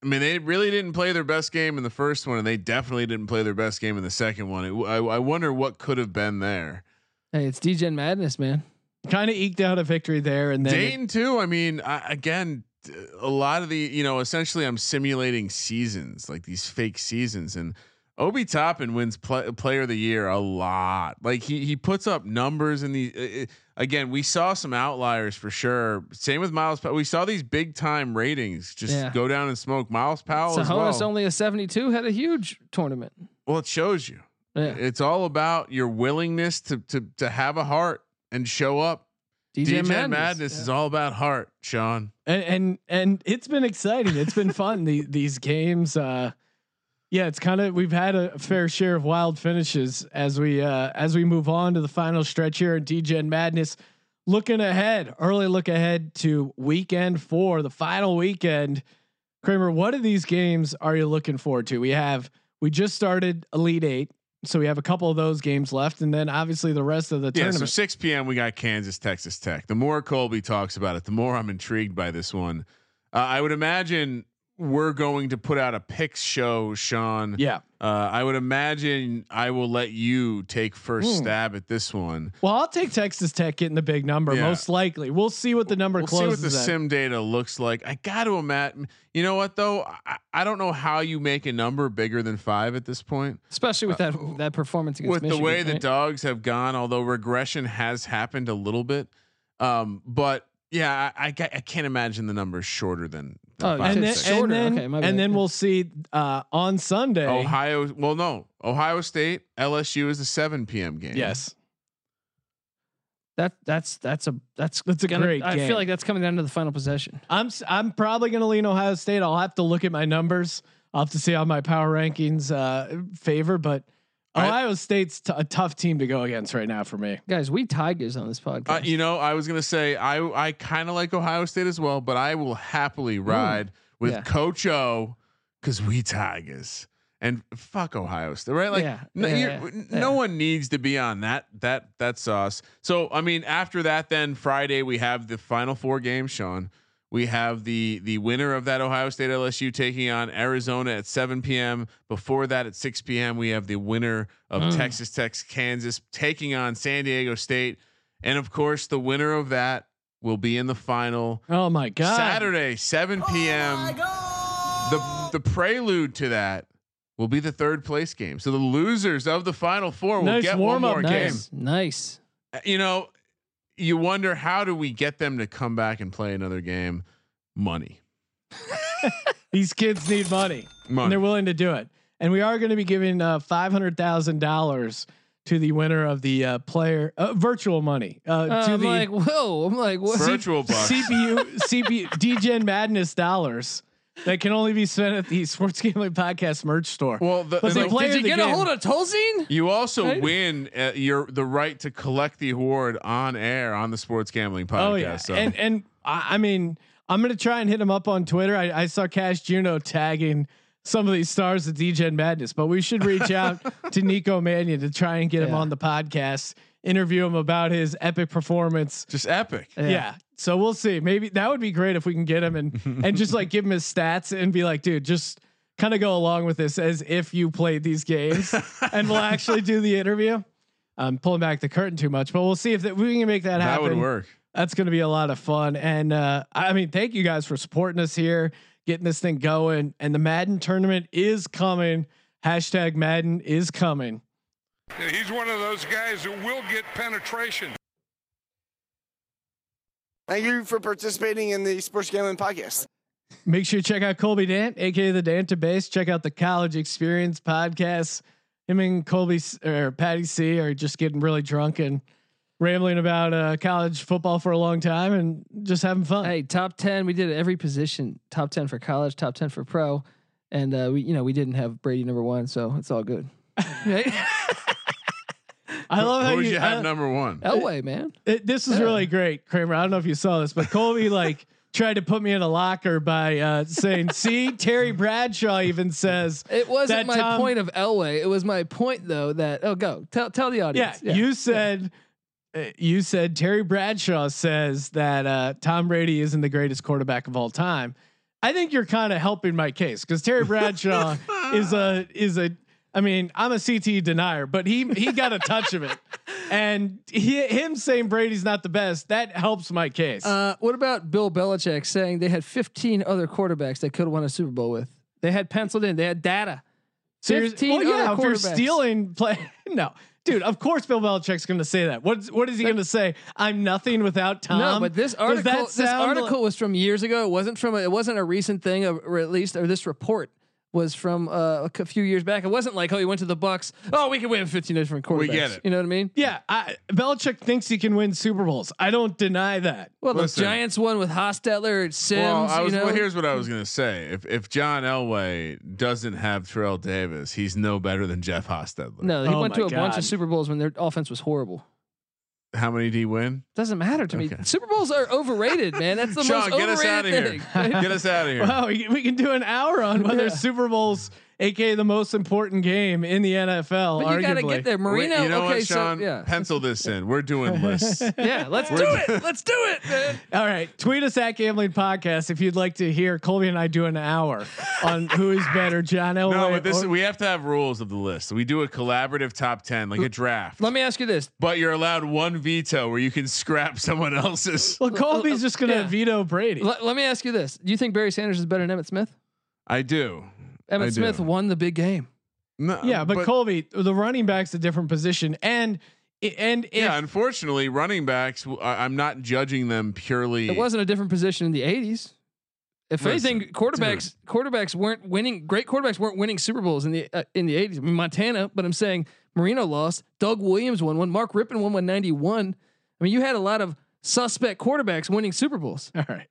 I mean, they really didn't play their best game in the first one, and they definitely didn't play their best game in the second one. It, I, I wonder what could have been there.
Hey, it's DGen madness, man.
kind of eked out a victory there, and then
Dayton too. I mean, I, again, d- a lot of the you know essentially I'm simulating seasons like these fake seasons and Obi Toppin wins pla player of the year a lot. Like he he puts up numbers in the uh, uh, again we saw some outliers for sure. Same with Miles. Powell. We saw these big time ratings just
Yeah.
go down and smoke. Miles Powell Oh, as
Sahonis
well.
only a 72 had a huge tournament.
well, it shows you.
Yeah.
It's all about your willingness to to to have a heart and show up. DJ, Madness, is all about heart, Sean.
and and and it's been exciting. It's been fun. the, these games. Uh, yeah, it's kind of we've had a fair share of wild finishes as we uh, as we move on to the final stretch here in DGen Madness. Looking ahead, early look ahead to weekend four, the final weekend. Kramer, what of these games are you looking forward to? We have we just started Elite Eight, so we have a couple of those games left, and then obviously the rest of the
Yeah, so
tournament.
6 p.m. we got Kansas Texas Tech. The more Colby talks about it, the more I'm intrigued by this one. Uh, I would imagine we're going to put out a picks show, Sean.
yeah.
Uh, I would imagine I will let you take first
Hmm.
stab at this one.
Well, I'll take Texas Tech getting the big number,
Yeah.
most likely. We'll see what the number
We'll see what
closes.
the
at.
sim data looks like. I got to imagine. You know what though? I, I don't know how you make a number bigger than five at this point.
especially with that that performance against
with
Michigan,
the way the
right?
dogs have gone, although regression has happened a little bit. Um, but yeah, I, I, ca- I can't imagine the numbers shorter than, than
Oh,
five
you
and
and
then,
Six.
and
Shorter,
then,
okay, my
and
bad.
then we'll see uh, on Sunday.
Ohio. Well, no, Ohio State, LSU is the seven p.m. game.
Yes,
that that's that's a that's
That's a
gonna-
great
I
game.
feel like that's coming down to the final possession.
I'm. s- I'm probably going to lean Ohio State. I'll have to look at my numbers. I'll have to see how my power rankings uh, favor, but
I-
Ohio State's t- a tough team to go against right now for me.
Guys, we tigers on this podcast.
Uh, you know, I was gonna say I I kind of like Ohio State as well, but I will happily ride with
yeah.
Coach O because we Tigers and fuck Ohio State, right? Like,
Yeah,
no,
yeah,
you're-
yeah,
n- no
yeah.
one needs to be on that that that sauce. So, I mean, after that, then Friday we have the final four games, Sean. We have the the winner of that Ohio State LSU taking on Arizona at 7 p.m. Before that, at 6 p.m., we have the winner of
Hmm.
Texas Tech Kansas taking on San Diego State, and of course, the winner of that will be in the final
Oh my god! Oh
Saturday 7 p.m. the the prelude to that will be the third place game. So the losers of the final four will
Nice
get one
warm-up,
more game
nice, nice.
you know, you wonder how do we get them to come back and play another game? Money,
These kids need money. and
money.
they're willing to do it. And we are going to be giving uh, five hundred thousand dollars to the winner of the uh, player uh, virtual money uh,
Uh,
to
I'm
the
like, whoa! I'm like, what?
Virtual bucks.
CPU CPU DGen Madness dollars that can only be spent at the Sports Gambling Podcast merch store.
Well, the,
But
and
they
the-
play- player
Did you
of the
get
game.
a hold of Tolzien?
you also
Right?
win uh, your the right to collect the award on air on the sports gambling podcast.
oh yeah,
So
and and I, I mean I'm gonna try and hit him up on Twitter. I, I saw Cash Juno tagging. Some of these stars at DGen Madness, but we should reach out to Nico Mannion to try and get him
Yeah.
on the podcast, interview him about his epic performance
just epic.
Yeah. So we'll see. Maybe that would be great if we can get him and and just like give him his stats and be like, dude, just kind of go along with this as if you played these games, and we'll actually do the interview. I'm pulling back the curtain too much, but we'll see if that, we can make that
That
happen.
would work.
That's going to be a lot of fun. And uh, I mean, thank you guys for supporting us here, getting this thing going. And the Madden tournament is coming. Hashtag Madden is coming.
Yeah, He's one of those guys who will get penetration.
Thank you for participating in the Sports Gambling Podcast.
Make sure you check out Colby Dant, aka the Danta Base. Check out the College Experience podcast. Him and Colby S- or Patty C are just getting really drunk and rambling about uh, college football for a long time and just having fun.
Hey, top ten. We did every position. Top ten for college. Top ten for pro. And uh, we, you know, we didn't have Brady number one, so it's all good. Right?
I love how
Who would
you, uh,
you have
I-
number one?
Elway, man.
it- this is really great, Kramer. I don't know if you saw this, but Colby like tried to put me in a locker by uh, saying, "See, Terry Bradshaw even says
It wasn't
That
my
Tom-
point of Elway. It was my point though that oh, go tell tell the
Yeah,
audience.
you said uh, you said Terry Bradshaw says that uh, Tom Brady isn't the greatest quarterback of all time. I think you're kind of helping my case because Terry Bradshaw is a is a. I mean, I'm a CTE denier, but he he got a touch of it. and he, him saying Brady's not the best that helps my case.
Uh, what about Bill Belichick saying they had 15 other quarterbacks they could have won a Super Bowl with? They had penciled in. They had data.
So you're-
15
well, yeah,
other
if you're
quarterbacks.
stealing play, no, dude. Of course, Bill Belichick's going to say that. What's what is he going to say? I'm nothing without Tom.
no, but this
Does that
article this
sound like-
article was from years ago. It wasn't from a, it wasn't a recent thing of- or at least or this report was from uh, a c- few years back. It wasn't like oh he went to the Bucks. Oh we can win 15 different quarterbacks.
We get it.
You know what I mean?
yeah, I, Belichick thinks he can win Super Bowls. I don't deny that.
Well,
Listen.
the Giants won with Hostetler, Sims.
Well, I was,
you know?
well, here's what I was gonna say. If if John Elway doesn't have Terrell Davis, he's no better than Jeff Hostetler.
no, he
Oh
went to
my
a bunch
God.
of Super Bowls when their offense was horrible.
How many did he win?
Doesn't matter to me.
Okay.
Super Bowls are overrated, man. That's the
Sean,
most
get us out of
overrated
here.
thing.
Get us out of here.
Wow, Oh, we, we can do an hour on whether
Yeah.
Super Bowls, aka the most important game in the NFL,
But you got to
arguably.
get there,
Wait,
Marino.
you know
okay,
what, Sean?
so yeah,
Pencil this in. We're doing lists.
yeah. Let's do
We're-
it. Let's do it, man.
All right, tweet us at Gambling Podcast if you'd like to hear Colby and I do an hour on who is better, John Elway.
No, but this
or-
we have to have rules of the list. We do a collaborative top ten, like a draft.
Let me ask you this:
but you're allowed one veto where you can scrap someone else's.
well, Colby's just gonna
Oh, yeah.
veto Brady.
Let, let me ask you this. Do you think Barry Sanders is better than Emmett Smith?
I do. I
Emmett
do.
Smith won the big game.
No,
Yeah,
Um,
but, Colby, the running back's a different position, and and if,
yeah, unfortunately, running backs. w- I, am not judging them purely.
It wasn't a different position in the '80s. If
Listen,
anything, quarterbacks quarterbacks weren't winning. Great quarterbacks weren't winning Super Bowls in the uh, in the '80s. I mean, Montana, but I'm saying Marino lost. Doug Williams won one. Mark Rippon won one ninety one. I mean, you had a lot of suspect quarterbacks winning Super Bowls.
all right,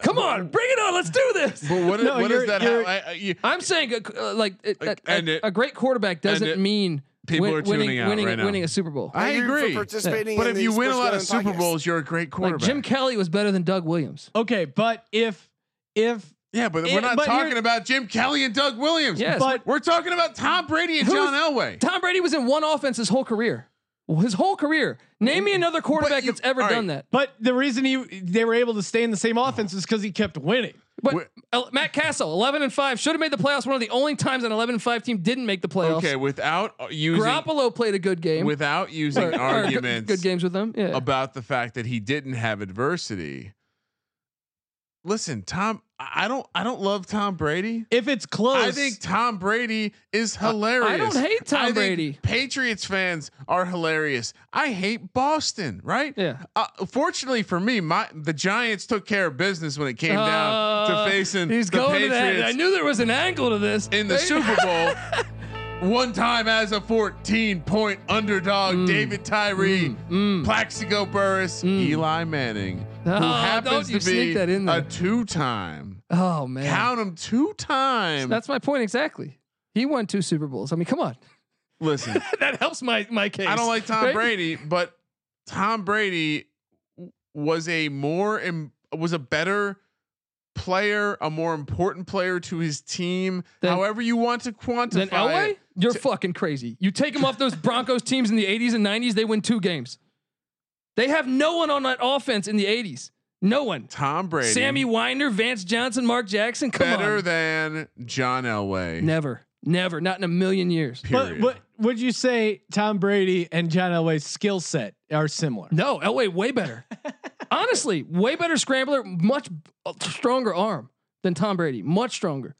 Come on, bring it on. Let's do this.
But what,
No,
what does
you're-
that
you're-
have? I, I, you,
I'm saying, a- uh, like, it,
Like,
a,
end
a-
it.
a great quarterback doesn't
it.
mean
People
win-
are tuning
winning,
out
winning,
right now.
winning a Super Bowl.
I
Thank you
agree.
For participating
but
in
if
the
you win a
Sports
lot of
Gambling
Super
Podcast.
Bowls, you're a great
like
quarterback.
Jim Kelly was better than Doug Williams.
okay, but if if
yeah, but we're
It-
not
but here-
talking about Jim Kelly and Doug Williams.
Yes,
But-
we're talking about Tom Brady and
Who's-
John Elway.
Tom Brady was in one offense his whole career. His whole career. Name me another quarterback
Mm-hmm. you-
that's ever
all right.
done that.
but the reason he they were able to stay in the same offense is because he kept winning.
Wait.
But El- Matt Castle, eleven and five, should have made the playoffs. One of the only times an eleven and five team didn't make the playoffs.
Okay, without uh, using
Garoppolo played a good game.
without
Or- or
using
good-
arguments
good games with them. Yeah.
about the fact that he didn't have adversity. Listen, Tom, I I don't I don't love Tom Brady.
If it's close,
I think Tom Brady is hilarious.
I don't hate Tom
I think
Brady.
Patriots fans are hilarious. I hate Boston, right?
Yeah.
Uh, fortunately for me, my the Giants took care of business when it came
Uh,
down to facing
he's
the
going
Patriots
to that. I knew there was an angle to this.
in the
They-
Super Bowl. One time as a 14 point underdog,
Mm.
David Tyree, Plaxico Burris, Eli Manning,
Oh,
who happens
don't you
to be
sneak that in
a
there.
two time.
Oh man.
Count him two time.
That's my point exactly. He won two Super Bowls. I mean, come on.
Listen,
that helps my my case.
I don't like Tom
right?
Brady, but Tom Brady w- was a more im- was a better player, a more important player to his team.
Than-
however you want to quantify
Then Elway,
it.
you're fucking crazy. You take him off those Broncos teams in the 80s and 90s, they win two games. They have no one on that offense in the 80s. No one.
Tom Brady
Sammy Winder, Vance Johnson, Mark Jackson. Come
better
on.
than John Elway.
never, never, not in a million years.
but
Period.
what would you say Tom Brady and John Elway's skill set are similar?
No, Elway way better. Honestly, way better scrambler, much stronger arm than Tom Brady. Much stronger.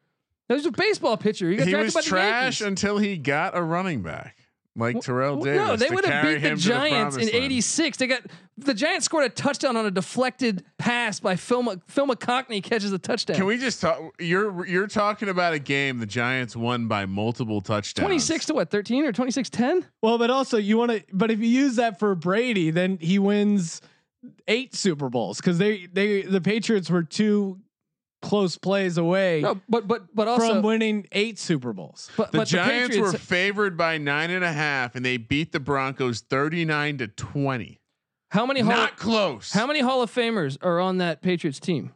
That was a baseball pitcher. He, got
he
drafted
was
by the
trash
Yankees.
until he got a running back like Terrell
Well,
Davis.
No, they
to
would have
carry
beat the
him to
Giants in
promised land.
'86. They got the Giants scored a touchdown on a deflected pass by Phil Phil Cockney catches a touchdown.
Can we just talk? You're you're talking about a game the Giants won by multiple touchdowns.
26 to what? 13 or 26-10?
Well, but also you want to, but if you use that for Brady, then he wins eight Super Bowls because they they the Patriots were two close plays away
No, but but but
from
also
winning eight Super Bowls.
but,
The
but
Giants
the
were
Patriots,
favored by nine and a half, and they beat the Broncos thirty-nine to twenty.
how many Hall,
Not close.
how many Hall of Famers are on that Patriots team?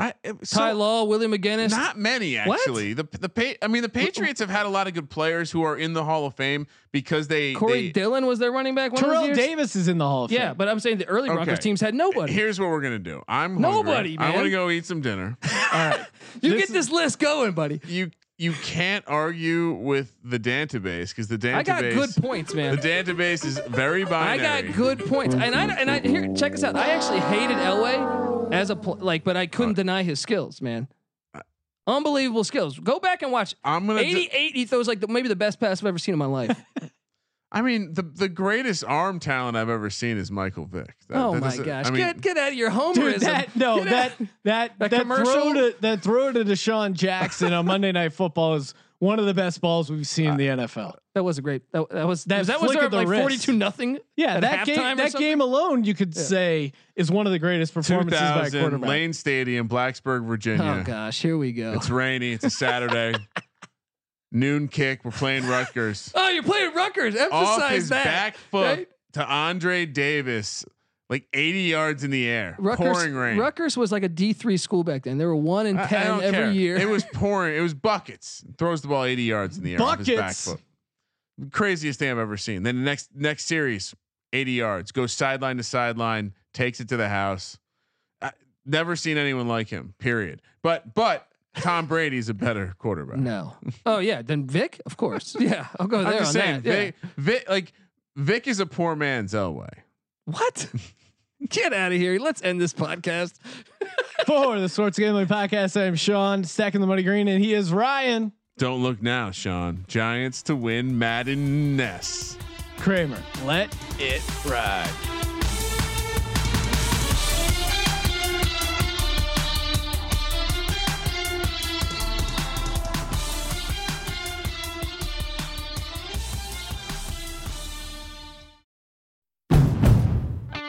I, eh, so-
Ty Law, Willie McGinnis.
Not many
What?
actually. The the pa- I mean the Patriots have had a lot of good players who are in the Hall of Fame because they
Corey
they-
Dillon was their running back. One of those
Terrell
years?
Davis is in the Hall of
Yeah,
Fame.
but I'm saying the early Broncos
Okay.
teams had nobody.
Here's what we're gonna do. I'm
Nobody,
hungry. I want to
man.
go eat some dinner.
all right.
you
this
get this list going, buddy.
You you can't argue with the database because the database.
I got good points,
the
man.
database is very
I
binary.
got good points, and I and I here check this out. I actually hated Elway as a pl- like, but I couldn't deny his skills, man. Unbelievable skills. Go back and watch.
I'm gonna. do-
88. He throws like the, maybe the best pass I've ever seen in my life.
I mean, the the greatest arm talent I've ever seen is Michael Vick. That-
oh
that
my
doesn't-
gosh!
I mean,
get get out of your homerism.
Dude, that no,
Get out-
that that
That
that,
commercial?
throw to that throw to Deshaun Jackson on Monday Night Football is one of the best balls we've seen in
Uh,
the NFL.
that was a great. That, that was
That
that, that was
flick
our,
of the
like
wrist.
forty-two nothing.
Yeah,
at
that game
halftime or
that
something?
game alone you could say is one of the greatest performances by a
2000
quarterback.
Lane Stadium, Blacksburg, Virginia.
Oh gosh, here we go.
It's rainy. It's a Saturday. Noon kick. We're playing Rutgers.
Oh, you're playing Rutgers.
Off
Emphasize
his
that.
back foot
right?
to Andre Davis, like 80 yards in the air. pouring rain.
Rutgers was like a D three school back then. They were one in
I- I
ten
don't
every
care.
year.
It was pouring. It was buckets. Throws the ball 80 yards in the air. Off his back
Buckets.
foot. Craziest thing I've ever seen. Then the next next series, 80 yards. Goes sideline to sideline. Takes it to the house. I, never seen anyone like him. Period. But but Tom Brady's a better quarterback.
no. Oh yeah, then Vic, of course. Yeah, I'll go there
I'm just
on
saying,
that. yeah.
Vic, Vic, like Vic is a poor man's Elway.
What? Get out of here. Let's end this podcast.
For the Sports Gambling Podcast, I am Sean, stacking the money green, and he is Ryan
Don't look now, Sean. Giants to win Madden Ness.
Kramer. Let
It ride.